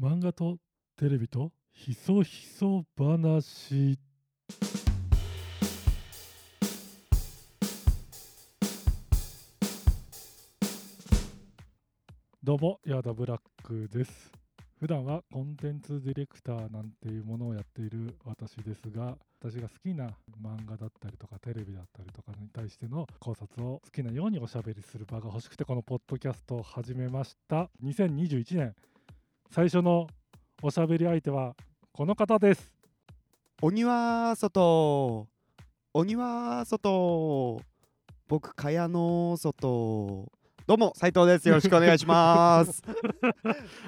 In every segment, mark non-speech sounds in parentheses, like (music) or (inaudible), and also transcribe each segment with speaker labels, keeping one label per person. Speaker 1: 漫画とテレビとひそひそ話どうもヤダブラックです普段はコンテンツディレクターなんていうものをやっている私ですが私が好きな漫画だったりとかテレビだったりとかに対しての考察を好きなようにおしゃべりする場が欲しくてこのポッドキャストを始めました2021年最初のおしゃべり相手はこの方です
Speaker 2: 鬼は外鬼は外僕蚊帳の外どうも斉藤ですよろしくお願いします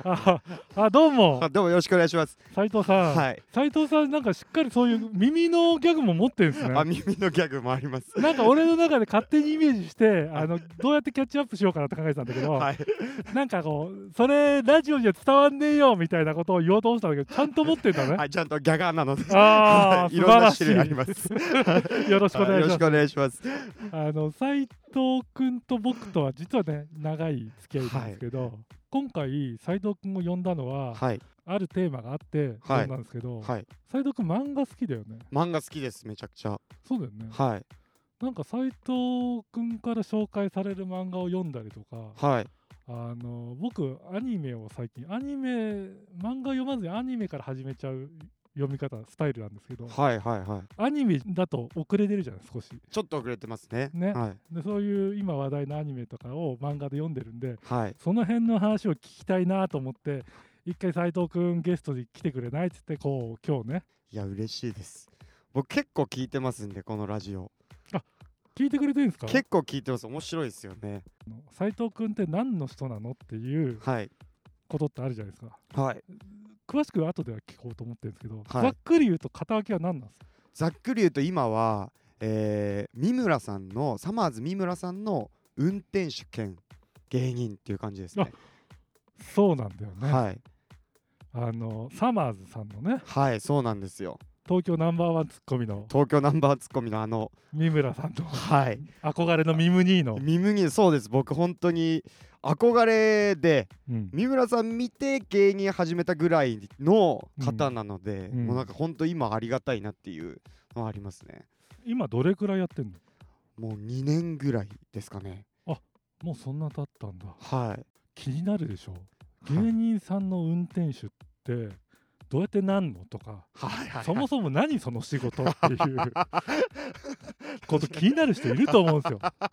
Speaker 1: ああどうも
Speaker 2: (laughs) あどうもよろしくお願いします
Speaker 1: 斉藤さん、
Speaker 2: はい
Speaker 1: 斉藤さんなんかしっかりそういう耳のギャグも持ってるんですね
Speaker 2: あ耳のギャグもあります
Speaker 1: なんか俺の中で勝手にイメージしてあのどうやってキャッチアップしようかなって考えてたんだけど、
Speaker 2: はい
Speaker 1: なんかこうそれラジオじゃ伝わんねえよみたいなことを言おうと思ったんだけどちゃんと持ってんだね、
Speaker 2: はいちゃんとギャガーなので
Speaker 1: ああ
Speaker 2: い
Speaker 1: 素
Speaker 2: ろん
Speaker 1: 晴
Speaker 2: な
Speaker 1: らしい
Speaker 2: 種類あります
Speaker 1: よろしくお
Speaker 2: はい
Speaker 1: 願いしま
Speaker 2: よろし
Speaker 1: す
Speaker 2: くお願いします
Speaker 1: あの斉藤君と僕とは実はね長い付き合いなんですけど、今回斉藤君を呼んだのは、
Speaker 2: はい
Speaker 1: あるテーマがあって
Speaker 2: は
Speaker 1: そう
Speaker 2: い
Speaker 1: なんですけど、
Speaker 2: はい
Speaker 1: 斉藤君漫画好きだよね
Speaker 2: 漫画好きですめちゃくちゃ
Speaker 1: そうだよね
Speaker 2: はい
Speaker 1: なんか斉藤君から紹介される漫画を読んだりとか
Speaker 2: はい
Speaker 1: あの僕アニメを最近アニメ漫画読まずにアニメから始めちゃう読み方スタイルなんですけど
Speaker 2: はいはいはい
Speaker 1: アニメだと遅れてるじゃない少し
Speaker 2: ちょっと遅れてますね
Speaker 1: ね
Speaker 2: はい
Speaker 1: でそういう今話題のアニメとかを漫画で読んでるんで
Speaker 2: はい
Speaker 1: その辺の話を聞きたいなと思って一回斉藤君ゲストに来てくれないっつってこう今日ね
Speaker 2: いや嬉しいです僕結構聞いてますんでこのラジオ
Speaker 1: 聞いてくれてるんですか
Speaker 2: 結構聞いてます面白いですよね
Speaker 1: 斉藤君って何の人なのっていう
Speaker 2: はい
Speaker 1: ことってあるじゃないですか
Speaker 2: はい
Speaker 1: 詳しくは後では聞こうと思ってるんですけど、
Speaker 2: はい
Speaker 1: ざっくり言うと肩書きは何なんですか
Speaker 2: ざっくり言うと今は、えー、三村さんのサマーズ三村さんの運転手兼芸人っていう感じですね。
Speaker 1: そうなんだよね、
Speaker 2: はい、
Speaker 1: あのサマーズさんのね
Speaker 2: はい、そうなんですよ。
Speaker 1: 東京ナンバーワンツッコミの
Speaker 2: 東京ナンバーツッコミのあの、
Speaker 1: 三村さん
Speaker 2: (laughs)
Speaker 1: と
Speaker 2: はい、
Speaker 1: 憧れのミムニーの、
Speaker 2: ミムにそうです。僕本当に憧れで
Speaker 1: うん
Speaker 2: 三村さん見て芸人始めたぐらいの方なので、
Speaker 1: うん
Speaker 2: もうなんか本当今ありがたいなっていうのはありますね。
Speaker 1: 今どれくらいやってんの
Speaker 2: もう2年ぐらいですかね。
Speaker 1: もうそんな経ったんだ
Speaker 2: はい。
Speaker 1: 気になるでしょ
Speaker 2: はい
Speaker 1: 芸人さんの運転手ってどうやってなんのとか
Speaker 2: はいはい。
Speaker 1: そもそも何その仕事っていうこと気になる人いると思うんですよ。
Speaker 2: 確か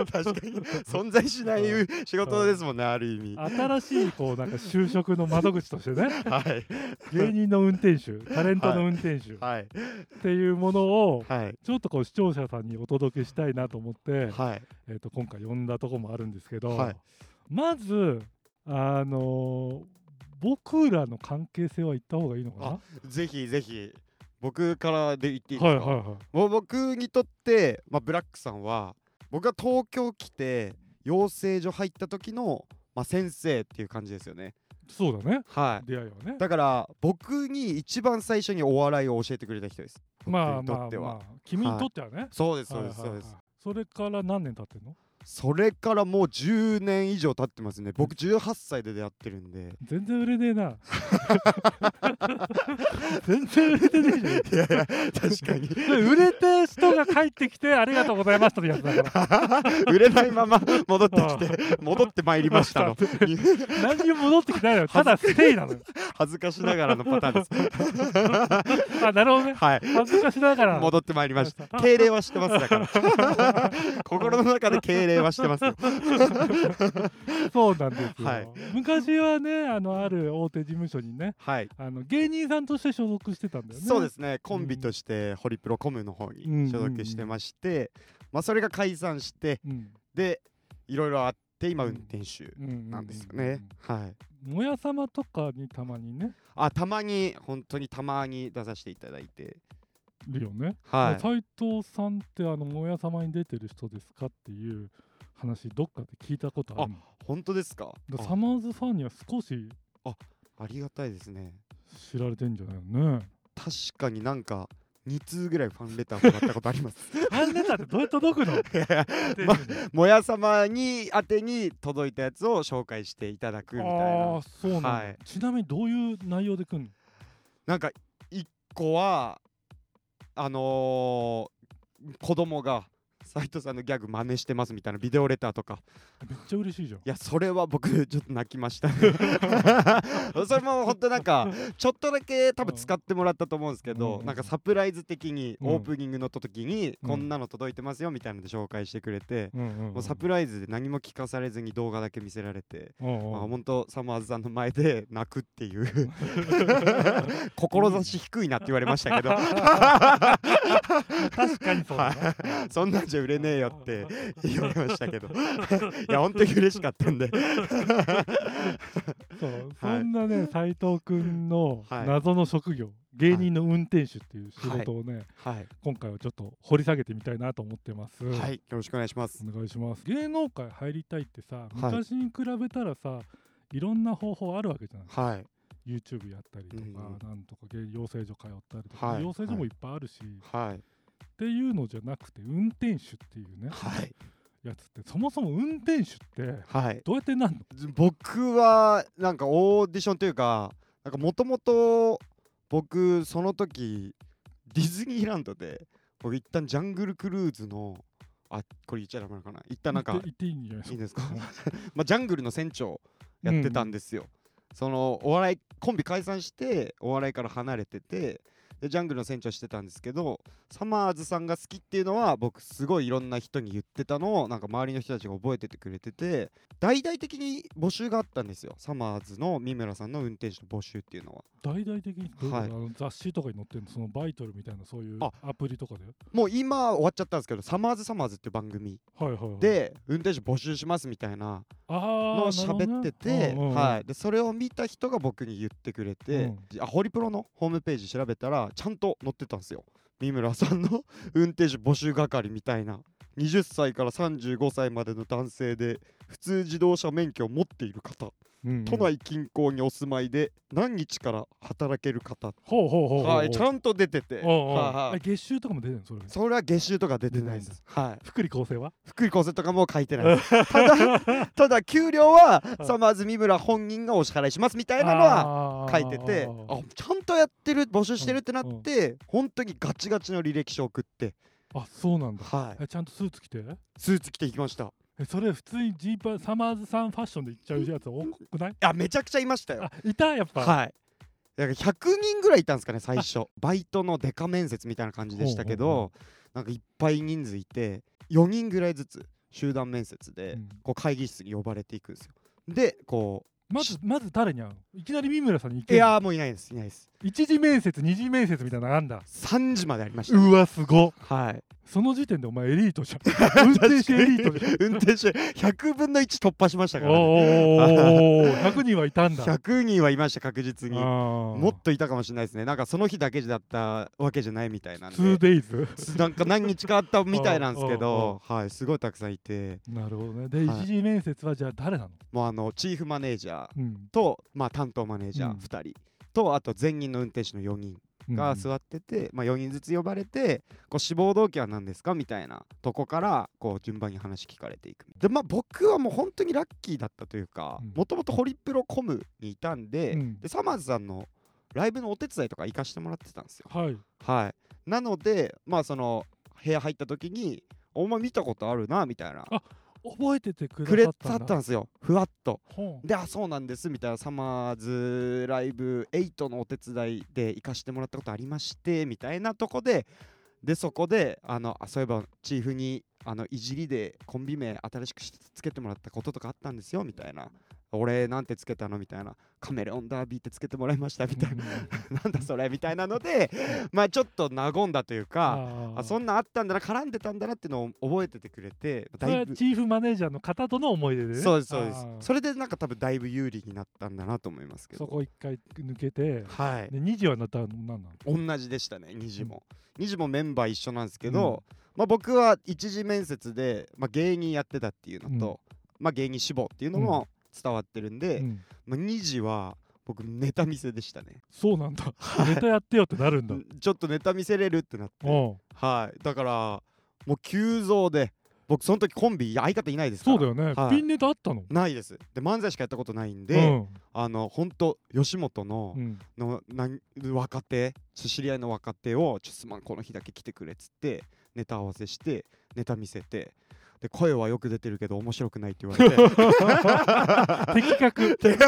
Speaker 2: に確かに存在しない仕事ですもんねある意味は
Speaker 1: 新しいこうなんか就職の窓口としてね
Speaker 2: い
Speaker 1: 芸人の運転手タレントの運転手っ
Speaker 2: はい
Speaker 1: ていうものを
Speaker 2: はい
Speaker 1: ちょっとこう視聴者さんにお届けしたいなと思って、
Speaker 2: はい
Speaker 1: えー、と今回呼んだとこもあるんですけど、
Speaker 2: はい
Speaker 1: まずあのー僕らの関係性は言った方がいいのかな
Speaker 2: あぜひぜひ僕からで言っていいで
Speaker 1: はい
Speaker 2: す
Speaker 1: は
Speaker 2: か、
Speaker 1: いはい
Speaker 2: もう僕にとって、まあ、ブラックさんは僕が東京来て養成所入った時の、まあ、先生っていう感じですよね
Speaker 1: そうだね
Speaker 2: はい
Speaker 1: 出会いはね
Speaker 2: だから僕に一番最初にお笑いを教えてくれた人です
Speaker 1: まあ
Speaker 2: 僕
Speaker 1: ま
Speaker 2: にと
Speaker 1: あ
Speaker 2: って
Speaker 1: ま
Speaker 2: は
Speaker 1: あ君にとってはね、
Speaker 2: そうですそうです
Speaker 1: はい
Speaker 2: そ
Speaker 1: はい
Speaker 2: う
Speaker 1: は
Speaker 2: で
Speaker 1: い
Speaker 2: す
Speaker 1: それから何年経ってんの
Speaker 2: それからもう10年以上経ってますね僕18歳で出会ってるんで
Speaker 1: 全然売れねえ
Speaker 2: (laughs)
Speaker 1: な (laughs) 全然売れてねえじゃん
Speaker 2: いやいや確か (laughs) に
Speaker 1: それ売れた人が帰ってきてありがとうございましたってやつだから
Speaker 2: 売れないまま戻ってきて戻ってまいりましたの
Speaker 1: 何にも戻ってきてないのよただステイなのよ
Speaker 2: (laughs) 恥ずかしながらのパターンです
Speaker 1: あなるほどね
Speaker 2: はい
Speaker 1: 恥ずかしながら
Speaker 2: 戻ってまいりました敬礼はしてますだから (laughs) 心の中で敬礼はしてますよ
Speaker 1: そうなんですよ、
Speaker 2: はい
Speaker 1: 昔はねあのある大手事務所にね
Speaker 2: はい
Speaker 1: あの芸人さんとして所属してたんだよね
Speaker 2: そうですねコンビとしてホリプロコムの方に所属してましてまあそれが解散して
Speaker 1: うん、
Speaker 2: でいろいろあって今運転手
Speaker 1: うんうん
Speaker 2: なんですよねはい
Speaker 1: もやさまとかにたまにね
Speaker 2: あたまに本当にたまに出させていただいて
Speaker 1: いるよね
Speaker 2: はい
Speaker 1: 斉藤さんってあの「もやさま」に出てる人ですかっていう話どっかで聞いたことある
Speaker 2: 本当ですか
Speaker 1: のサマーズファンには少し
Speaker 2: ありがたいですね
Speaker 1: 知られてんじゃないのね
Speaker 2: 確かになんか2通ぐらいファンレターもらったことあります
Speaker 1: ファンレターってどうやって届くの
Speaker 2: いやいや
Speaker 1: 丁
Speaker 2: ま
Speaker 1: 寧に
Speaker 2: (laughs) もや様に宛てに届いたやつを紹介していただくみたい
Speaker 1: あ
Speaker 2: な
Speaker 1: あそうなんだ、
Speaker 2: はい
Speaker 1: ちなみにどういう内容で来んの
Speaker 2: なんか1個はあのー子供が斉藤さんのギャグ真似してますみたいなビデオレターとか
Speaker 1: めっちゃ嬉しいじゃん
Speaker 2: いやそれは僕 (laughs) ちょっと泣き
Speaker 1: (laughs)
Speaker 2: ましたそれも本当なんかちょっとだけ多分使ってもらったと思うんですけ
Speaker 1: うんうん
Speaker 2: ど
Speaker 1: うん
Speaker 2: なんかサプライズ的に
Speaker 1: うん
Speaker 2: オープニングの時に
Speaker 1: うん
Speaker 2: こんなの届いてますよみたいなので紹介してくれて
Speaker 1: うんうんうん
Speaker 2: もうサプライズで何も聞かされずに動画だけ見せられて
Speaker 1: うんうん
Speaker 2: まあ本当サマーズさんの前で (laughs) 泣くっていう
Speaker 1: (laughs)
Speaker 2: 志低いなって言われましたけ
Speaker 1: (laughs)
Speaker 2: ど
Speaker 1: 確かにそうだな
Speaker 2: そんなんじゃ売れねえよ
Speaker 1: (laughs)
Speaker 2: って言われましたけどいや本当に嬉しかっ
Speaker 1: (laughs)
Speaker 2: たんで
Speaker 1: そうそ
Speaker 2: はい
Speaker 1: んなね斎藤君の
Speaker 2: はい
Speaker 1: 謎の職業、芸人の運転手っていう仕事をね、
Speaker 2: はい
Speaker 1: 今回はちょっと掘り下げてみたいなと思ってます。
Speaker 2: はいよろしくお願いします
Speaker 1: お願いします芸能界入りたいってさ
Speaker 2: い
Speaker 1: 昔に比べたらさ、い、ろんな方法あるわけじゃない
Speaker 2: はい
Speaker 1: YouTube やったりとか、
Speaker 2: うんうん
Speaker 1: なんとか芸養成所通ったりとか、
Speaker 2: はい
Speaker 1: 養成所もいっぱいあるし、っ
Speaker 2: はい
Speaker 1: ていうのじゃなくて運転手っていうね
Speaker 2: はい
Speaker 1: やつってそもそも運転手って
Speaker 2: はい
Speaker 1: どうやってなんの
Speaker 2: 僕はなんかオーディションというかなんかもともと僕その時ディズニーランドで僕一旦ジャングルクルーズのあこれ言っちゃダメなのかな一旦なんか
Speaker 1: 言って言っていいんじゃないです
Speaker 2: いい
Speaker 1: か
Speaker 2: んですか (laughs) まあジャングルの船長やってたんですよ、そのお笑いコンビ解散してお笑いから離れててでジャングルの船長してたんですけどサマーズさんが好きっていうのは僕すごいいろんな人に言ってたのをなんか周りの人たちが覚えててくれてて大々的に募集があったんですよサマーズの三村さんの運転手の募集っていうのは
Speaker 1: 大々的にどういうこと、
Speaker 2: はい
Speaker 1: あの雑誌とかに載ってるのそのバイトルみたいなそういう
Speaker 2: あ
Speaker 1: アプリとかで
Speaker 2: もう今終わっちゃったんですけどサマーズサマーズっていう番組
Speaker 1: はいはいはい
Speaker 2: で運転手募集しますみたいな
Speaker 1: あ
Speaker 2: の
Speaker 1: の
Speaker 2: 喋ってて、はい、でそれを見た人が僕に言ってくれて、あホリプロのホームページ調べたらちゃんと載ってたんですよ三村さんの運転手募集係みたいな20歳から35歳までの男性で普通自動車免許を持っている方、
Speaker 1: い、うんうん
Speaker 2: 都内近郊にお住まいで何日から働ける方、
Speaker 1: ほうほうほうほう
Speaker 2: はい、ちゃんと出てて、
Speaker 1: おうおう
Speaker 2: はいは
Speaker 1: え
Speaker 2: い
Speaker 1: 月収とかも出てるのそれ
Speaker 2: それは月収とか出てないで
Speaker 1: 出ない
Speaker 2: す、はい、
Speaker 1: 福利厚生は
Speaker 2: 福利厚生とかも書いてないですた
Speaker 1: (laughs)
Speaker 2: だただ給料はサマーズ三村本人がお支払いしますみたいなのは
Speaker 1: は
Speaker 2: 書いててあちゃんとやってる募集してるってなって、本当にガチガチの履歴書送って、
Speaker 1: あそうなんだ
Speaker 2: はい、
Speaker 1: えちゃんとスーツ着て
Speaker 2: スーツ着ていきました
Speaker 1: えそれ普通にジーパンサマーズさんファッションで行っちゃうやつ多くない
Speaker 2: あめちゃくちゃいましたよ
Speaker 1: あいたやっぱ、
Speaker 2: はいだから100人ぐらいいたんですかね最初バイトのデカ面接みたいな感じでしたけど
Speaker 1: ほうほうほ
Speaker 2: なんかいっぱい人数いて4人ぐらいずつ集団面接で、
Speaker 1: うん
Speaker 2: こう会議室に呼ばれていくんですよでこ
Speaker 1: まずまず誰に会うのいきなり三村さんに行
Speaker 2: う
Speaker 1: け
Speaker 2: い
Speaker 1: る
Speaker 2: やーもういないですいないです
Speaker 1: 一次面接二次面接みたいなのあんだ
Speaker 2: 3時までありました
Speaker 1: うわすごっ
Speaker 2: はい
Speaker 1: その時点でお前エリート (laughs) じゃん運転手エリートじゃん
Speaker 2: (laughs) 運転手100分の1突破しましたから、ね、
Speaker 1: おーおーおーお (laughs) ー100人はいたんだ
Speaker 2: 100人はいました確実にも
Speaker 1: も
Speaker 2: っといたかもしれないですねなんかその日だけだったわけじゃないみたいなんで
Speaker 1: 2days
Speaker 2: なんか何日かあったみたいなんです
Speaker 1: (laughs)
Speaker 2: けどはいすごいたくさんいて
Speaker 1: なるほどねで、
Speaker 2: はい
Speaker 1: 一次面接はじゃあ誰なの、
Speaker 2: もうあのチーフマネージャー
Speaker 1: うん
Speaker 2: と、まあ、担当マネージ
Speaker 1: う
Speaker 2: ャー
Speaker 1: ん
Speaker 2: 2人、とあと前任の運転手の4人
Speaker 1: うん、
Speaker 2: が座ってて、まあ、4人ずつ呼ばれてこう志望動機は何ですかみたいなとこからこう順番に話聞かれていくでまあ僕はもう本当にラッキーだったというか
Speaker 1: うん
Speaker 2: もともとホリプロコムにいたんで,、
Speaker 1: うん
Speaker 2: でサマーズさんのライブのお手伝いとか行かしてもらってたんですよ
Speaker 1: はい
Speaker 2: はい。なので、まあその部屋入った時に、お前見たことあるなみたいな。
Speaker 1: 覚えててく
Speaker 2: くれ
Speaker 1: れ
Speaker 2: た
Speaker 1: たったんだ
Speaker 2: ったんですよ。ふわっと。
Speaker 1: ほう
Speaker 2: で、あ、そうなんですみたいな。サマーズライブ8のお手伝いで行かしてもらったことありましてみたいなとこで、で、そこで、あの、あそういえばチーフにあのいじりでコンビ名新しくしつけてもらったこととかあったんですよみたいな。俺なんてつけたのみたいな。カメレオンダービーってつけてもらいましたみたいな。なんだそれみたいなので、まあちょっと和んだというか。
Speaker 1: あ
Speaker 2: あそんなんあったんだな絡んでたんだなっていうのを覚えててくれて
Speaker 1: それ
Speaker 2: だい
Speaker 1: は
Speaker 2: ぶ
Speaker 1: チーフマネージャーの方との思い出で、ね、
Speaker 2: そうですそうです
Speaker 1: あー
Speaker 2: それでなんか多分だいぶ有利になったんだなと思いますけど
Speaker 1: そこ一回抜けて
Speaker 2: はい
Speaker 1: で2次はなったの何なの
Speaker 2: 同じでしたね2時も2時もメンバー一緒なんですけど、まあ、僕は一次面接で、まあ、芸人やってたっていうのと、まあ、芸人志望っていうのも伝わってるんで、
Speaker 1: うん
Speaker 2: まあ、2時は僕ネタ見せでしたね
Speaker 1: そうなんだネタやってよってなるんだ
Speaker 2: うんちょっとネタ見せれるってなって
Speaker 1: うん
Speaker 2: はいだからもう急増で僕その時コンビいや相方いないですか
Speaker 1: そ
Speaker 2: ら
Speaker 1: うだよね
Speaker 2: はい
Speaker 1: ピンネタあったの
Speaker 2: ないですで漫才しかやったことないん
Speaker 1: う
Speaker 2: で、
Speaker 1: ん
Speaker 2: あの本当吉本の,、
Speaker 1: うん
Speaker 2: のなん若手知り合いの若手を「ちょすまんこの日だけ来てくれ」っつってネタ合わせしてネタ見せてで声はよく出てるけど面白くないって言われて
Speaker 1: 的
Speaker 2: (laughs)
Speaker 1: 確
Speaker 2: で
Speaker 1: (laughs) うん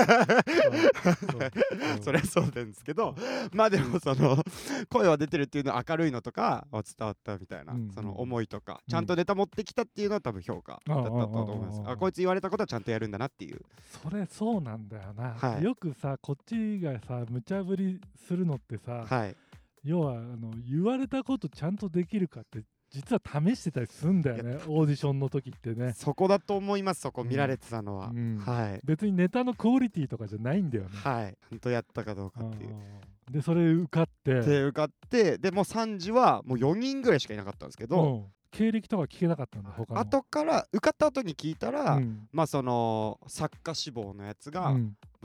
Speaker 2: そりゃそうなんですけどまあでもその声は出てるっていうのは明るいのとかは伝わったみたいな、
Speaker 1: うん
Speaker 2: その
Speaker 1: うん
Speaker 2: 思いとか
Speaker 1: ん
Speaker 2: ちゃんとネタ持ってきたっていうのは多分評価だったと思います
Speaker 1: ああああああ
Speaker 2: あこいつ言われたことはちゃんとやるんだなっていう
Speaker 1: それそうなんだよな、
Speaker 2: はい
Speaker 1: よくさこっちがさ無茶ぶりするのってさ、
Speaker 2: はい
Speaker 1: 要はあの言われたことちゃんとできるかって実は試してたりすんだよねオーディションの時ってね
Speaker 2: そこだと思いますそこ見られてたのは、
Speaker 1: うん
Speaker 2: はい
Speaker 1: 別にネタのクオリティとかじゃないんだよね、
Speaker 2: はいちゃんとやったかどうかってい
Speaker 1: う。
Speaker 2: う
Speaker 1: んでそれ受かって
Speaker 2: で受かってでもう3時はもう4人ぐらいしかいなかったんですけ
Speaker 1: う
Speaker 2: ど、
Speaker 1: ん経歴とか聞けなかったんだ他の
Speaker 2: 後から受かった後に聞いたら、
Speaker 1: うん
Speaker 2: まあその作家志望のやつが
Speaker 1: う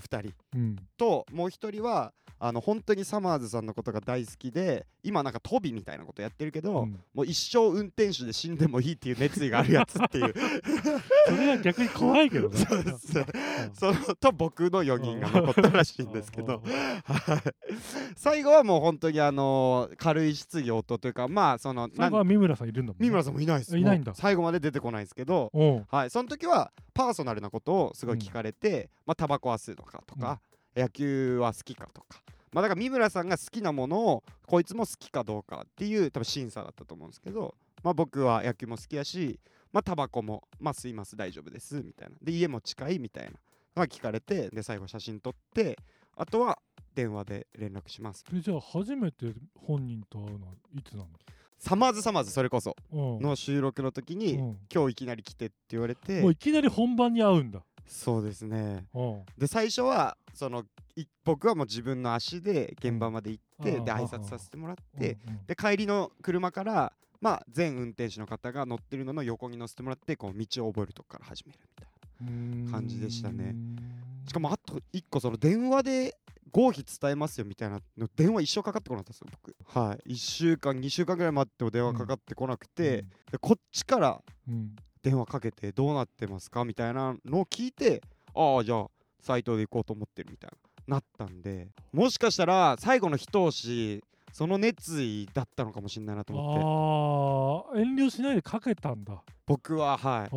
Speaker 2: 2
Speaker 1: ん
Speaker 2: 人、
Speaker 1: うん
Speaker 2: ともう一人はあの本当にサマーズさんのことが大好きで今なんかトビみたいなことやってるけど、
Speaker 1: うん
Speaker 2: もう一生運転手で死んでもいいっていう熱意があるやつっていう
Speaker 1: それは逆に (laughs) 怖いけどね
Speaker 2: (laughs) そうですそのと僕の4人が残ったらしいんですけど (laughs) はい最後はもう本当にあの軽い質疑応答というかまあその
Speaker 1: 最後は三村さんいるんだもん、ね、
Speaker 2: 三村さんもいないです
Speaker 1: いないんだ
Speaker 2: もう最後まで出てこないですけど
Speaker 1: おう
Speaker 2: はい、その時はパーソナルなことをすごい聞かれて、まあタバコは吸うのかとか、野球は好きかとか、まあ、だから三村さんが好きなものをこいつも好きかどうかっていう多分審査だったと思うんですけど、まあ、僕は野球も好きやし、まあ、タバコも、まあ、吸います大丈夫ですみたいなで家も近いみたいな、まあ、聞かれてで最後写真撮ってあとは電話で連絡します
Speaker 1: えじゃあ初めて本人と会うのはいつな
Speaker 2: サマーズサマーズそれこそ
Speaker 1: の、うん
Speaker 2: の収録の時に、
Speaker 1: うん
Speaker 2: 今日いきなり来てって言われて
Speaker 1: もういきなり本番に会うんだ。
Speaker 2: そうですね
Speaker 1: うん
Speaker 2: で最初はそのい僕はもう自分の足で現場まで行って、
Speaker 1: うん
Speaker 2: で
Speaker 1: ああ
Speaker 2: 挨拶させてもらって、
Speaker 1: うんうん
Speaker 2: で帰りの車からまあ前運転手の方が乗ってるのの横に乗せてもらってこう道を覚えるとこから始めるみたいな感じでしたね。しかもあと一個その電話で合否伝えますよみたいなの電話一生かかってこなかったんですよ僕はい1週間2週間ぐらい待っても電話かかってこなくて、でこっちから
Speaker 1: うん、うん
Speaker 2: 電話かけてどうなってますかみたいなのを聞いてああじゃあサイトで行こうと思ってるみたいななったんでもしかしたら最後の一押しその熱意だったのかもしれないなと思って
Speaker 1: ああ遠慮しないでかけたんだ。あ
Speaker 2: 僕ははい、
Speaker 1: あー、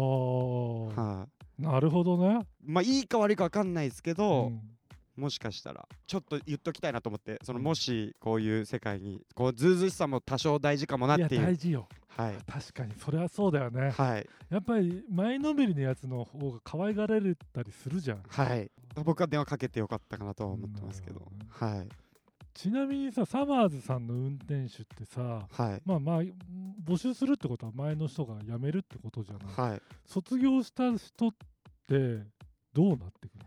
Speaker 2: はい
Speaker 1: なるほどね。
Speaker 2: まあいいか悪いか分かんないですけど、
Speaker 1: うん
Speaker 2: もしかしたらちょっと言っときたいなと思ってその
Speaker 1: うん
Speaker 2: もしこういう世界にこうずうずうしさも多少大事かもなっ
Speaker 1: いや
Speaker 2: ていう
Speaker 1: 大事よ
Speaker 2: はい
Speaker 1: 確かにそれはそうだよね、
Speaker 2: はい
Speaker 1: やっぱり前のめりのやつの方が可愛がられたりするじゃん
Speaker 2: はい僕は電話かけてよかったかなとは思ってますけど
Speaker 1: なる
Speaker 2: はい
Speaker 1: ちなみにさサマーズさんの運転手ってさ
Speaker 2: はい
Speaker 1: まあまあ募集するってことは前の人が辞めるってことじゃない
Speaker 2: はい
Speaker 1: 卒業した人ってどうなってくる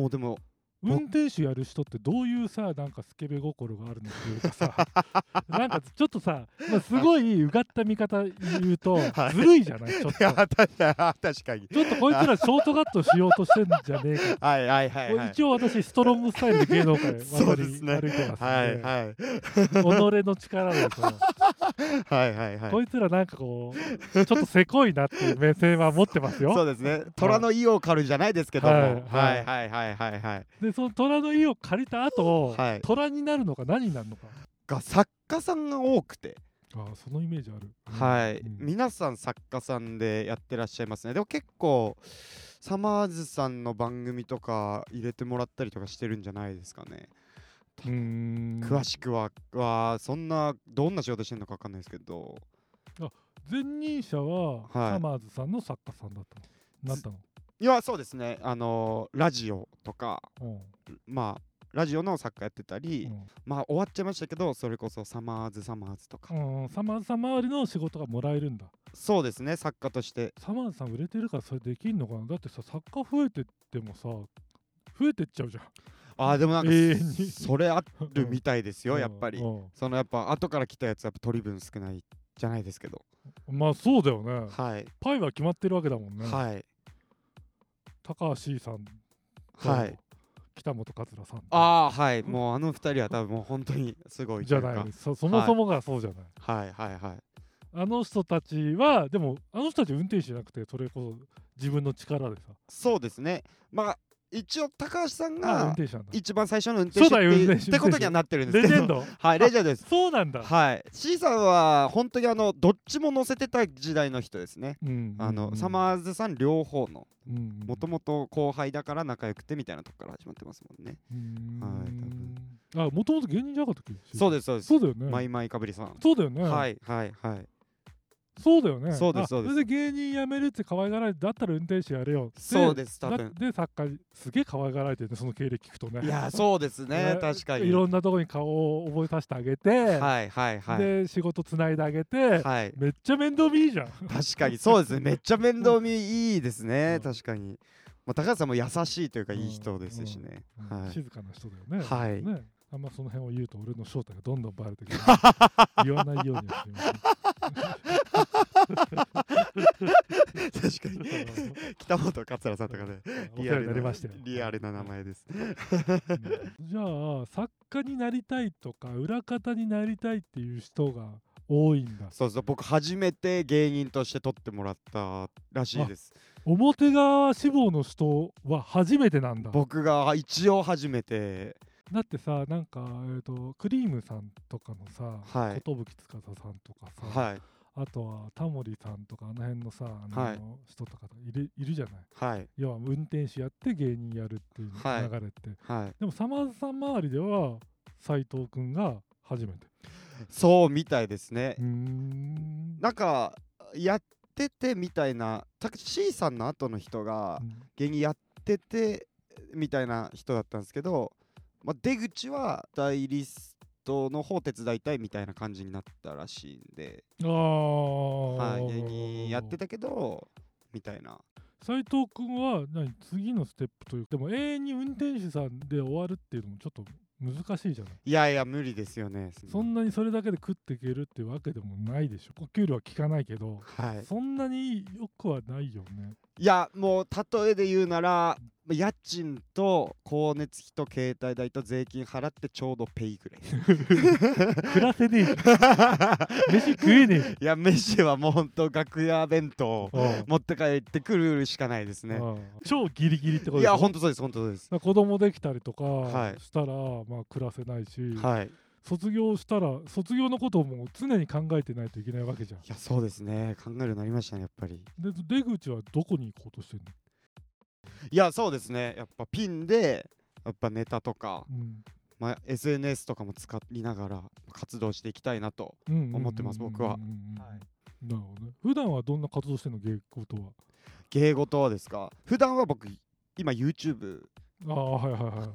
Speaker 2: もうでも
Speaker 1: 運転手やる人ってどういうさなんかスケベ心があるのっていうかさ
Speaker 2: (laughs)
Speaker 1: なんかちょっとさ、まあ、すごいうがった見方言うと
Speaker 2: はい
Speaker 1: ずるいじゃないちょっと
Speaker 2: いや
Speaker 1: ち
Speaker 2: 確かに確かに
Speaker 1: ょっとこいつらショートカットしようとしてんじゃねえか
Speaker 2: はいはいはいはい
Speaker 1: 一応私ストロングスタイルで芸能界
Speaker 2: (laughs) そ
Speaker 1: 渡
Speaker 2: うで
Speaker 1: り歩い
Speaker 2: す
Speaker 1: て
Speaker 2: ね
Speaker 1: ますんで
Speaker 2: はいはい
Speaker 1: 己の力でさ
Speaker 2: はいはいはい
Speaker 1: こいつらなんかこうちょっとせこいなっていう目線は持ってますよ
Speaker 2: そうですね虎の意を狩るじゃないですけども
Speaker 1: は
Speaker 2: はいいはいはいはいはい
Speaker 1: でその虎の家を借りた後、
Speaker 2: はい
Speaker 1: 虎になるのか何になるのか
Speaker 2: が作家さんが多くて
Speaker 1: ああそのイメージある、
Speaker 2: はい
Speaker 1: うん
Speaker 2: 皆さん作家さんでやってらっしゃいますねでも結構サマーズさんの番組とか入れてもらったりとかしてるんじゃないですかね
Speaker 1: うーん
Speaker 2: 詳しくははそんなどんな仕事してるのかわかんないですけど
Speaker 1: 前任者は、
Speaker 2: はい
Speaker 1: サマーズさんの作家さんだったのなったの、
Speaker 2: いやそうですねあのラジオとか
Speaker 1: うん
Speaker 2: まあラジオの作家やってたり、
Speaker 1: うん
Speaker 2: まあ終わっちゃいましたけどそれこそサマーズサマーズとか、
Speaker 1: うんサマーズさん周りの仕事がもらえるんだ
Speaker 2: そうですね作家として
Speaker 1: サマーズさん売れてるからそれできんのかなだってさ作家増えてってもさ増えてっちゃうじゃん
Speaker 2: ああでもなんか、
Speaker 1: 永遠に
Speaker 2: それあるみたいですよ、
Speaker 1: うん
Speaker 2: やっぱり、
Speaker 1: うん
Speaker 2: そのやっぱ後から来たやつやっぱ取り分少ないじゃないですけど、
Speaker 1: まあそうだよね
Speaker 2: はい、
Speaker 1: パイは決まってるわけだもんね、
Speaker 2: はい
Speaker 1: 高橋さんと
Speaker 2: はい
Speaker 1: 北本桂さん
Speaker 2: ああはいもうあの二人は多分もう本当にすごい
Speaker 1: じ
Speaker 2: とい
Speaker 1: ゃ
Speaker 2: うか
Speaker 1: ないそそもそもがそうじゃない、
Speaker 2: はいはいはい
Speaker 1: あの人たちはでもあの人たち運転手じゃなくてそれこそ自分の力でさ
Speaker 2: そうですねまあ一応高橋さん
Speaker 1: あ運
Speaker 2: が
Speaker 1: 転手なんだ
Speaker 2: 一番最初の運転手って
Speaker 1: 初代運
Speaker 2: いう
Speaker 1: 転手
Speaker 2: ってことにはなってるんで
Speaker 1: レ
Speaker 2: すけ
Speaker 1: ジ
Speaker 2: ど
Speaker 1: ェンド
Speaker 2: はいレジェンドです
Speaker 1: そうなんだ、
Speaker 2: はい C さんは本当にあのどっちも乗せてた時代の人ですね
Speaker 1: うん
Speaker 2: あの、サマーズさん両方の
Speaker 1: うん
Speaker 2: もともと後輩だから仲良くてみたいなとこから始まってますもんね、
Speaker 1: うん
Speaker 2: はい多
Speaker 1: あもともと芸人じゃなかったっけ
Speaker 2: そう
Speaker 1: で
Speaker 2: ですそうです
Speaker 1: そうだよね、
Speaker 2: マイマイかぶりさん、
Speaker 1: そうだよね、
Speaker 2: はいはいはい
Speaker 1: そうだよね
Speaker 2: そうです
Speaker 1: あ
Speaker 2: そうです
Speaker 1: れ芸人辞めるって可愛がられてだったら運転手やれよって
Speaker 2: そうです多
Speaker 1: だ
Speaker 2: 分
Speaker 1: で作家すげえ可愛がられてるねその経歴聞くとね
Speaker 2: いやそうですね
Speaker 1: ね
Speaker 2: 確かに
Speaker 1: いろんなとこに顔を覚えさせてあげて、
Speaker 2: はいはいはい
Speaker 1: で仕事つないであげて、 (laughs)
Speaker 2: はい
Speaker 1: めっちゃ面倒見いいじゃん
Speaker 2: 確かにそうですねめっちゃ面倒見いいです
Speaker 1: う
Speaker 2: ね
Speaker 1: ん
Speaker 2: 確かに、まあ、高橋さんも優しいというか
Speaker 1: うん
Speaker 2: いい人ですしね、
Speaker 1: うん
Speaker 2: はい
Speaker 1: (laughs) 静かな人だよね。
Speaker 2: はい
Speaker 1: ねあんまその辺を言うと俺の正体がどんどんバレ
Speaker 2: (laughs)
Speaker 1: てくる。言わないようにはしています。
Speaker 2: 確かに北本桂 (laughs) さんとかね
Speaker 1: お世話になりましたよ。
Speaker 2: リアルな名前です
Speaker 1: うんじゃあ作家になりたいとか裏方になりたいっていう人が多いんだ。
Speaker 2: (laughs) そうそう僕初めて芸人として撮ってもらったらしいです
Speaker 1: 表側志望の人は初めてなんだ。
Speaker 2: 僕が一応初めて
Speaker 1: だってさなんか、えー、とクリームさんとかのさ
Speaker 2: はい
Speaker 1: 寿司司さんとかさ、
Speaker 2: はい
Speaker 1: あとはタモリさんとかあの辺のさあの、
Speaker 2: はい
Speaker 1: 人とかいるいるじゃない
Speaker 2: はい
Speaker 1: 要は運転手やって芸人やるっていう
Speaker 2: はい
Speaker 1: 流れって、
Speaker 2: はい
Speaker 1: でもさまぁずさん周りでは斎藤君が初めて
Speaker 2: そうみたいですね
Speaker 1: うーん
Speaker 2: なんかやっててみたいなタクシーさんの後の人が
Speaker 1: うん
Speaker 2: 芸人やっててみたいな人だったんですけど、まあ、出口は代理ストの方手伝いたいみたいな感じになったらしいんで、
Speaker 1: ああ、
Speaker 2: はい、芸人やってたけどみたいな
Speaker 1: 斎藤君は何次のステップというかでも永遠に運転手さんで終わるっていうのもちょっと難しいじゃない
Speaker 2: いやいや無理ですよね
Speaker 1: そんなにそれだけで食っていけるってわけでもないでしょお給料は効かないけど、
Speaker 2: はい、
Speaker 1: そんなによくはないよ
Speaker 2: (laughs)
Speaker 1: ね
Speaker 2: いやもう例えで言うならまあ家賃と光熱費と携帯代と税金払ってちょうどペイぐらい
Speaker 1: 暮らせねえじ (laughs) ゃん飯食えね
Speaker 2: (laughs)
Speaker 1: えじ
Speaker 2: いや飯はもうほんと楽屋弁当を
Speaker 1: ゃんうん
Speaker 2: 持って帰ってくるしかないですね
Speaker 1: うん超ギリギリってこと
Speaker 2: い
Speaker 1: でしょ
Speaker 2: やほんとそうですほんとそうです
Speaker 1: だから子供できたりとか
Speaker 2: はい
Speaker 1: したら、まあ暮らせないし、
Speaker 2: はい
Speaker 1: 卒業したら卒業のことをもう常に考えてないといけないわけじゃん
Speaker 2: いやそうですね考えるようになりましたねやっぱり
Speaker 1: で出口はどこに行こうとしてる
Speaker 2: いやそうですねやっぱピンでやっぱネタとか、
Speaker 1: の、うん
Speaker 2: まあ、SNS とかも使いながら活動していきたいなと
Speaker 1: うんうんうんうん
Speaker 2: 思ってます僕は
Speaker 1: うんうんうんなるほどね普段はどんな活動してんの芸事は
Speaker 2: 芸事はですか普段は僕今 YouTube
Speaker 1: ああはいはいはい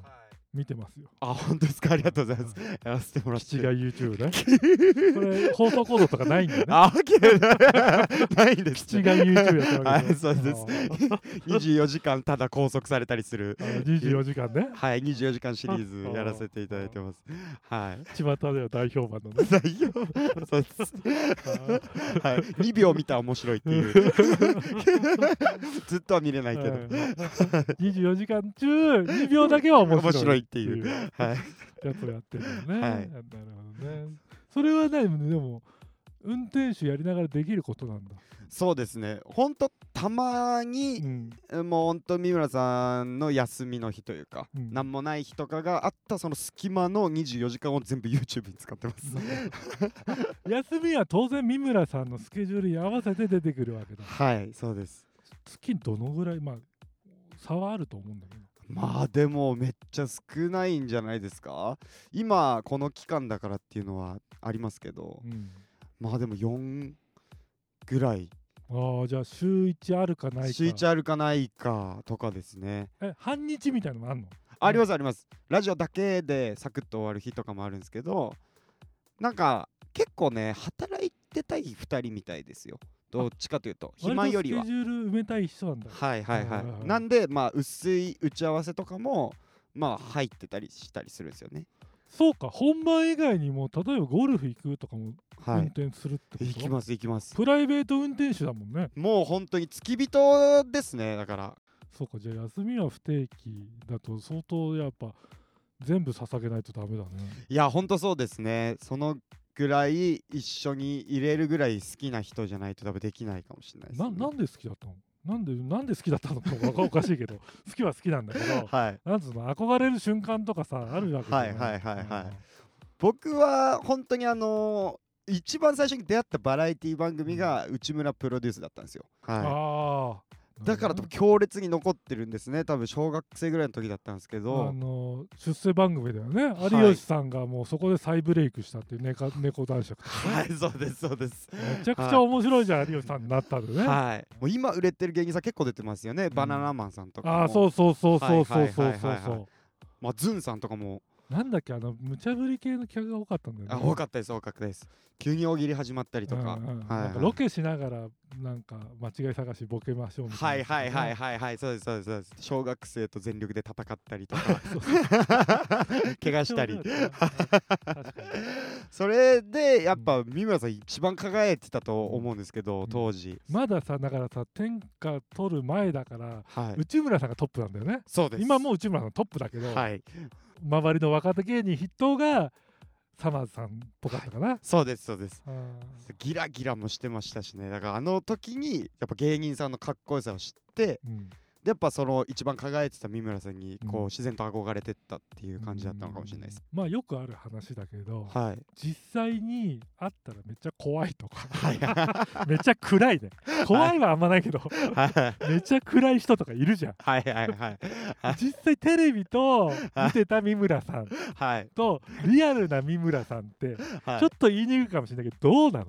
Speaker 1: 見てますよ
Speaker 2: あ本当ですかありがとうございますやらせてもらっ
Speaker 1: 父
Speaker 2: て
Speaker 1: が YouTube ねこれ放送コードとかないんだよね
Speaker 2: (laughs) あけど (laughs) ないんです
Speaker 1: 父
Speaker 2: ね
Speaker 1: が YouTube やってるわけ
Speaker 2: (laughs) はいそうです
Speaker 1: す
Speaker 2: 24時間ただ拘束されたりす (laughs) る
Speaker 1: 24時間
Speaker 2: (laughs)
Speaker 1: ね
Speaker 2: はい24時間シリーズやらせていただいてますはい
Speaker 1: 巷では大評判の
Speaker 2: (laughs)
Speaker 1: ね
Speaker 2: 内容そう (laughs) ですはい、2秒見たら面白いって (laughs) いうずっとは見れないけど、
Speaker 1: 24時間中2秒だけは面白い
Speaker 2: 面白いっていう
Speaker 1: や
Speaker 2: はい、
Speaker 1: つをやってるよね、
Speaker 2: はい
Speaker 1: なるほどねそれはねでも運転手やりながらできることなんだ、
Speaker 2: そうですねほんとたま
Speaker 1: う
Speaker 2: に、
Speaker 1: ん、
Speaker 2: もうほんと三村さんの休みの日というか、
Speaker 1: うん
Speaker 2: なんもない日とかがあったその隙間の24時間を全部 YouTube に使ってます
Speaker 1: 休みは当然三村さんのスケジュールに合わせて出てくるわけだ
Speaker 2: (laughs) はいそうです
Speaker 1: 月どのぐらいまあ差はあると思うんだけど
Speaker 2: まあでもめっちゃ少ないんじゃないですか今この期間だからっていうのはありますけど
Speaker 1: うん
Speaker 2: まあでも4ぐらい
Speaker 1: ああじゃあ週1あるかないか
Speaker 2: 週一あるかないかとかですね。
Speaker 1: え半日みたいなのもあんの
Speaker 2: ありますあります。ラジオだけでサクッと終わる日とかもあるんですけど、なんか結構ね、働いてたい2人みたいですよ。どっちかというと、暇より
Speaker 1: 割
Speaker 2: は
Speaker 1: とスケ。ジュール埋めたい人なんだ
Speaker 2: はいはい
Speaker 1: はいはいは
Speaker 2: はいい。なんで、まあ、薄い打ち合わせとかも、まあ、入ってたりしたりするんですよね。
Speaker 1: そうか本番以外にも例えばゴルフ行くとかも
Speaker 2: は
Speaker 1: 運
Speaker 2: い。
Speaker 1: 転するってこと、
Speaker 2: 行きます行きます。
Speaker 1: プライベート運転手だもんね
Speaker 2: もう本当に付き人ですね、だから。
Speaker 1: そうかじゃあ休みは不定期だと相当やっぱ全部捧げないとダメだね
Speaker 2: いやほんとそうですねそのぐらい一緒に入れるぐらい好きな人じゃないと多分できないかもしれないです、ね
Speaker 1: な、なんで好きだったのなんでなんで好きだったのかもおかしいけど (laughs) 好きは好きなんだけど
Speaker 2: はい
Speaker 1: なんつうの憧れる瞬間とかさあるわけじゃない
Speaker 2: はいはいはいはい僕は本当にあのー一番最初に出会ったバラエティ番組が内村プロデュースだったんですよ、
Speaker 1: うんあ
Speaker 2: は
Speaker 1: あ
Speaker 2: い、だから多分強烈に残ってるんですね多分小学生ぐらいの時だったんですけ
Speaker 1: あ
Speaker 2: ど
Speaker 1: の出世番組だよね、
Speaker 2: はい
Speaker 1: 有吉さんがもうそこで再ブレイクしたっていう猫猫男爵とかね
Speaker 2: はいそうですそうです
Speaker 1: めちゃくちゃ面白いじゃん、有吉さんになったんでね、
Speaker 2: はいもう今売れてる芸人さん結構出てますよね、バナナマンさんとかも
Speaker 1: ああそうそうそうそう
Speaker 2: は
Speaker 1: そう
Speaker 2: い
Speaker 1: そ
Speaker 2: は
Speaker 1: う
Speaker 2: い
Speaker 1: そ
Speaker 2: は
Speaker 1: う
Speaker 2: いはい
Speaker 1: そ
Speaker 2: は
Speaker 1: う
Speaker 2: まあズンさんとかも
Speaker 1: なんだっけあの無茶ぶり系の客が多かったんだよね
Speaker 2: あ多かったです多かったです急に大喜利始まったりとか、
Speaker 1: うんうん
Speaker 2: はい
Speaker 1: なんかロケしながらなんか間違い探しボケましょうみた
Speaker 2: はいい
Speaker 1: な、
Speaker 2: はいはいはいはいそうですそうですそうです小学生と全力で戦ったりとか
Speaker 1: (laughs) そうそう
Speaker 2: (laughs) 怪我したり
Speaker 1: 確かに
Speaker 2: それでやっぱ三村さん一番輝いてたと思うんですけど、
Speaker 1: うん
Speaker 2: 当時
Speaker 1: (laughs) まださだからさ天下取る前だから
Speaker 2: はい
Speaker 1: 内村さんがトップなんだよね
Speaker 2: そうです
Speaker 1: 今もう内村さんトップだけど、
Speaker 2: はい
Speaker 1: 周りの若手芸人筆頭がサマーズさんっぽかったかな、
Speaker 2: そうですそうです
Speaker 1: あー
Speaker 2: ギラギラもしてましたしねだからあの時にやっぱ芸人さんのかっこよさを知って
Speaker 1: うん
Speaker 2: でやっぱその一番輝いてた三村さんにこ
Speaker 1: うん
Speaker 2: う自然と憧れてったっていう感じだったのかもしれないです、
Speaker 1: まあよくある話だけど、
Speaker 2: はい (laughs)
Speaker 1: 実際に会ったらめっちゃ怖いとか
Speaker 2: はい
Speaker 1: (laughs)
Speaker 2: は
Speaker 1: めっちゃ暗いね怖いはあんまないけど
Speaker 2: いはい
Speaker 1: めっちゃ暗い人とかいるじゃん
Speaker 2: はいはいはい
Speaker 1: 実際テレビと見てた三村さん
Speaker 2: はい
Speaker 1: とリアルな三村さんって
Speaker 2: はい
Speaker 1: ちょっと言いにくいかもしれないけどどうなの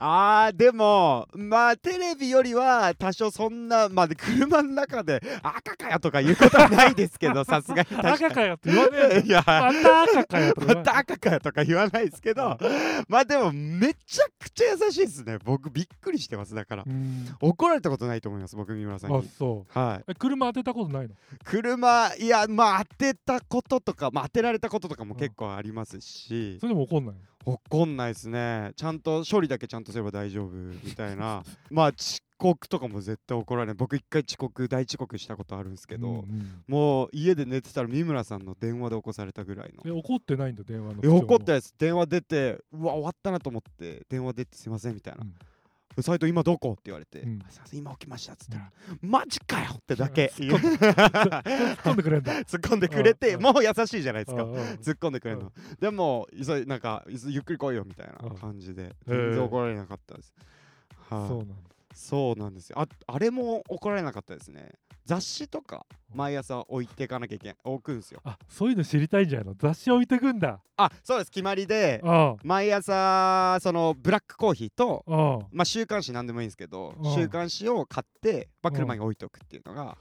Speaker 2: あーでもまあテレビよりは多少そんなまあで車の中で「赤かよ」とか言うことはないですけどさすがに確かに
Speaker 1: 赤かよって言わねえ
Speaker 2: (laughs) いや
Speaker 1: また赤かよとか言わ
Speaker 2: ま
Speaker 1: ない
Speaker 2: た赤かよとか言わないですけどまあでもめちゃくちゃ優しいですね僕びっくりしてますだから
Speaker 1: うん
Speaker 2: 怒られたことないと思います僕三村さん
Speaker 1: あ
Speaker 2: に
Speaker 1: そう
Speaker 2: はい
Speaker 1: え車当てたことないの
Speaker 2: 車いやまあ当てたこととかまあ当てられたこととかも結構ありますし
Speaker 1: それでも怒んないの
Speaker 2: 怒んないですねちゃんと処理だけちゃんとすれば大丈夫みた
Speaker 1: (laughs)
Speaker 2: いなまあ遅刻とかも絶対怒られない僕一回遅刻大遅刻したことあるんですけど、
Speaker 1: うんうん
Speaker 2: もう家で寝てたら三村さんの電話で起こされたぐらいの
Speaker 1: え怒ってないんだ電話の
Speaker 2: え怒っ
Speaker 1: な
Speaker 2: て
Speaker 1: い
Speaker 2: ないです電話出てうわ終わったなと思って電話出てすいませんみたいな
Speaker 1: うん
Speaker 2: 「斎、藤今どこ?」って言われて「
Speaker 1: うん
Speaker 2: あすいません今起きました」っつったら「マジかよ!」ってだ (laughs) け
Speaker 1: 突っ込ん突っ込んでくれんだ
Speaker 2: (laughs) 突っ込んでくれて
Speaker 1: うん
Speaker 2: もう優しいじゃないですか
Speaker 1: うんうん
Speaker 2: 突っ込んでくれるの、でも急いなんかいゆっくり来いよみたいな
Speaker 1: うん
Speaker 2: 感じで
Speaker 1: へ
Speaker 2: 全
Speaker 1: ー
Speaker 2: 然怒られなかったです、はい
Speaker 1: そうなんだ
Speaker 2: そうなんですよああれも怒られなかったですね雑誌とか
Speaker 1: うん
Speaker 2: 毎朝置いていかなきゃいけない置くんですよ
Speaker 1: あそういうの知りたいんじゃないの雑誌置いてくんだ
Speaker 2: あそうです決まりで
Speaker 1: あ
Speaker 2: 毎朝そのブラックコーヒーと
Speaker 1: あああ
Speaker 2: まあ週刊誌なんでもいいんですけど
Speaker 1: うん
Speaker 2: 週刊誌を買って、まあ、
Speaker 1: うん
Speaker 2: 車に置いとくっていうのが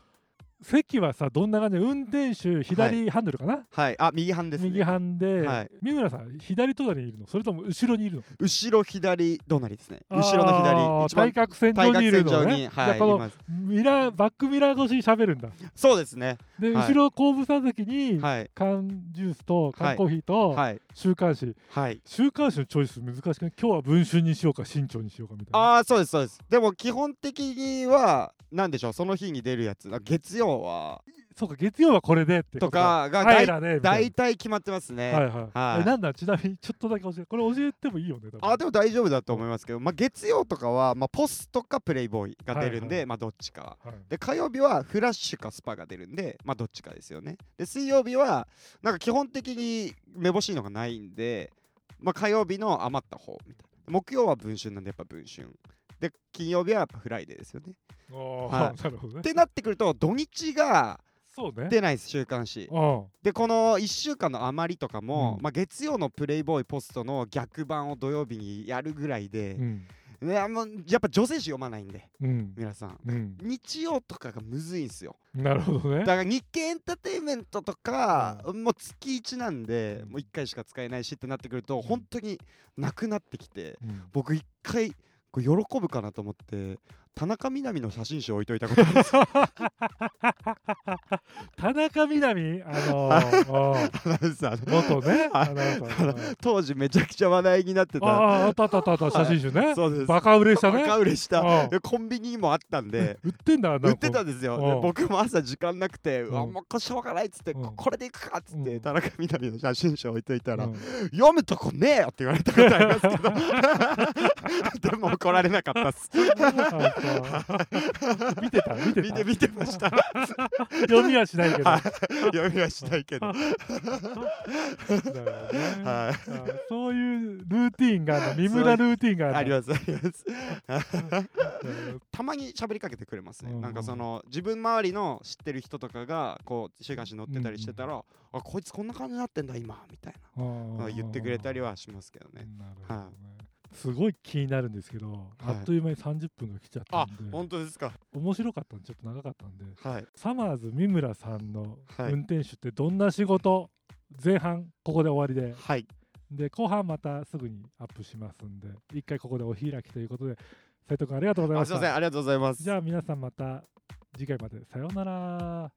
Speaker 1: 席はさどんな感じで運転手左ハンドルかな、
Speaker 2: はいあ右半ですね
Speaker 1: 右ハンで、
Speaker 2: はい
Speaker 1: 三村さん左隣にいるのそれとも後ろにいるの
Speaker 2: 後ろ左隣ですね後ろの左
Speaker 1: あー
Speaker 2: 一番
Speaker 1: 対角線上
Speaker 2: 対角
Speaker 1: にいる
Speaker 2: 線上
Speaker 1: のね
Speaker 2: に、はい、
Speaker 1: じゃあ
Speaker 2: い
Speaker 1: この
Speaker 2: ます
Speaker 1: ミラーバックミラー越しに喋るんだ
Speaker 2: そうですね
Speaker 1: で、
Speaker 2: はい
Speaker 1: 後ろ後部座席に、
Speaker 2: はい
Speaker 1: 缶ジュースと缶コーヒーと
Speaker 2: はい
Speaker 1: 週刊誌、
Speaker 2: はい
Speaker 1: 週刊誌のチョイス難しくない今日は文春にしようか新潮にしようかみたいな
Speaker 2: ああそうですそうですでも基本的には何でしょうその日に出るやつあ月曜は
Speaker 1: そうか月曜はこれでって
Speaker 2: とかが
Speaker 1: あい
Speaker 2: 大
Speaker 1: らねみたい
Speaker 2: 大
Speaker 1: な
Speaker 2: 体決まってますね、
Speaker 1: はいはい、
Speaker 2: はい
Speaker 1: えなんだちなみにちょっとだけ教えてこれ教えてもいいよね多分
Speaker 2: あでも大丈夫だと思いますけど、まあ、月曜とかは、まあ、ポスとかプレイボーイが出るん
Speaker 1: は
Speaker 2: で、
Speaker 1: いは
Speaker 2: まあ、どっちか
Speaker 1: はい
Speaker 2: で火曜日はフラッシュかスパが出るんで、まあ、どっちかですよねで水曜日はなんか基本的にめぼしいのがないんで、まあ、火曜日の余った方みたいな木曜は文春なんでやっぱ文春で金曜日はやっぱフライデーですよね
Speaker 1: おー
Speaker 2: は
Speaker 1: なるほどね
Speaker 2: ってなってくると土日が
Speaker 1: そうね
Speaker 2: 出ないです週刊誌
Speaker 1: うん
Speaker 2: でこの1週間の余りとかも、
Speaker 1: うん
Speaker 2: まあ、月曜のプレイボーイポストの逆版を土曜日にやるぐらいで、
Speaker 1: うん
Speaker 2: ねあのやっぱ女性誌読まないんで
Speaker 1: うん
Speaker 2: 皆さん
Speaker 1: うん
Speaker 2: 日曜とかがむずいんすよ
Speaker 1: なるほどね
Speaker 2: だから日経エンターテインメントとか、もう月1なんで、
Speaker 1: うん
Speaker 2: もう1回しか使えないしってなってくると、
Speaker 1: うん
Speaker 2: 本当になくなってきて
Speaker 1: うん
Speaker 2: 僕1回こう喜ぶかなと思って田中みな実の写真集置いといたことあるんです
Speaker 1: 田中みな実あのー
Speaker 2: アナウンサー
Speaker 1: (laughs) うん
Speaker 2: の
Speaker 1: 元ね
Speaker 2: あ
Speaker 1: あのうん
Speaker 2: 当時めちゃくちゃ話題になってた
Speaker 1: あああったあったあったあった写真集ね
Speaker 2: そうです
Speaker 1: バカ売れしたね
Speaker 2: バカ売れした
Speaker 1: ああ
Speaker 2: でコンビニにもあったんで
Speaker 1: 売ってんだあんな
Speaker 2: 売
Speaker 1: の
Speaker 2: ってたんですよ
Speaker 1: うん
Speaker 2: で僕も朝時間なくて「
Speaker 1: ん
Speaker 2: うわもうこれしょうがない」っつって「
Speaker 1: うん
Speaker 2: ここれでいくか」っつっ
Speaker 1: う
Speaker 2: て
Speaker 1: ん
Speaker 2: 田中みな実の写真集置いといたら
Speaker 1: うん
Speaker 2: 「読むとこねえよ」って言われたことありますけ
Speaker 1: (laughs)
Speaker 2: どでも怒られなかったっす
Speaker 1: あそう見てた見て
Speaker 2: 見
Speaker 1: た
Speaker 2: て見てま
Speaker 1: (laughs)
Speaker 2: した
Speaker 1: 読みはしないけど
Speaker 2: はい読みはしないけどは
Speaker 1: だよねあ
Speaker 2: い
Speaker 1: そういうルーティンがあるの三村ルーティンがあ
Speaker 2: あり
Speaker 1: るの
Speaker 2: ますあります
Speaker 1: だよ
Speaker 2: たまに喋りかけてくれますね、
Speaker 1: うんうん
Speaker 2: なんかその自分周りの知ってる人とかがこう週刊誌に載ってたりしてたら、あこいつこんな感じになってんだ今みたい
Speaker 1: あー
Speaker 2: な、言ってくれたりはしますけどね、
Speaker 1: なるほどねすごい気になるんですけど、
Speaker 2: はい
Speaker 1: あっという間に30分が来ちゃった
Speaker 2: あ
Speaker 1: んで
Speaker 2: 本当ですか
Speaker 1: 面白かったんでちょっと長かったんで
Speaker 2: はい
Speaker 1: サマーズ三村さんの
Speaker 2: はい
Speaker 1: 運転手ってどんな仕事、前半ここで終わりで
Speaker 2: はい
Speaker 1: で後半またすぐにアップしますんで一回ここでお開きということで斉藤君ありがとうござい
Speaker 2: あ
Speaker 1: ますし
Speaker 2: いません
Speaker 1: た
Speaker 2: ありがとうございます
Speaker 1: じゃあ皆さんまた次回までさようなら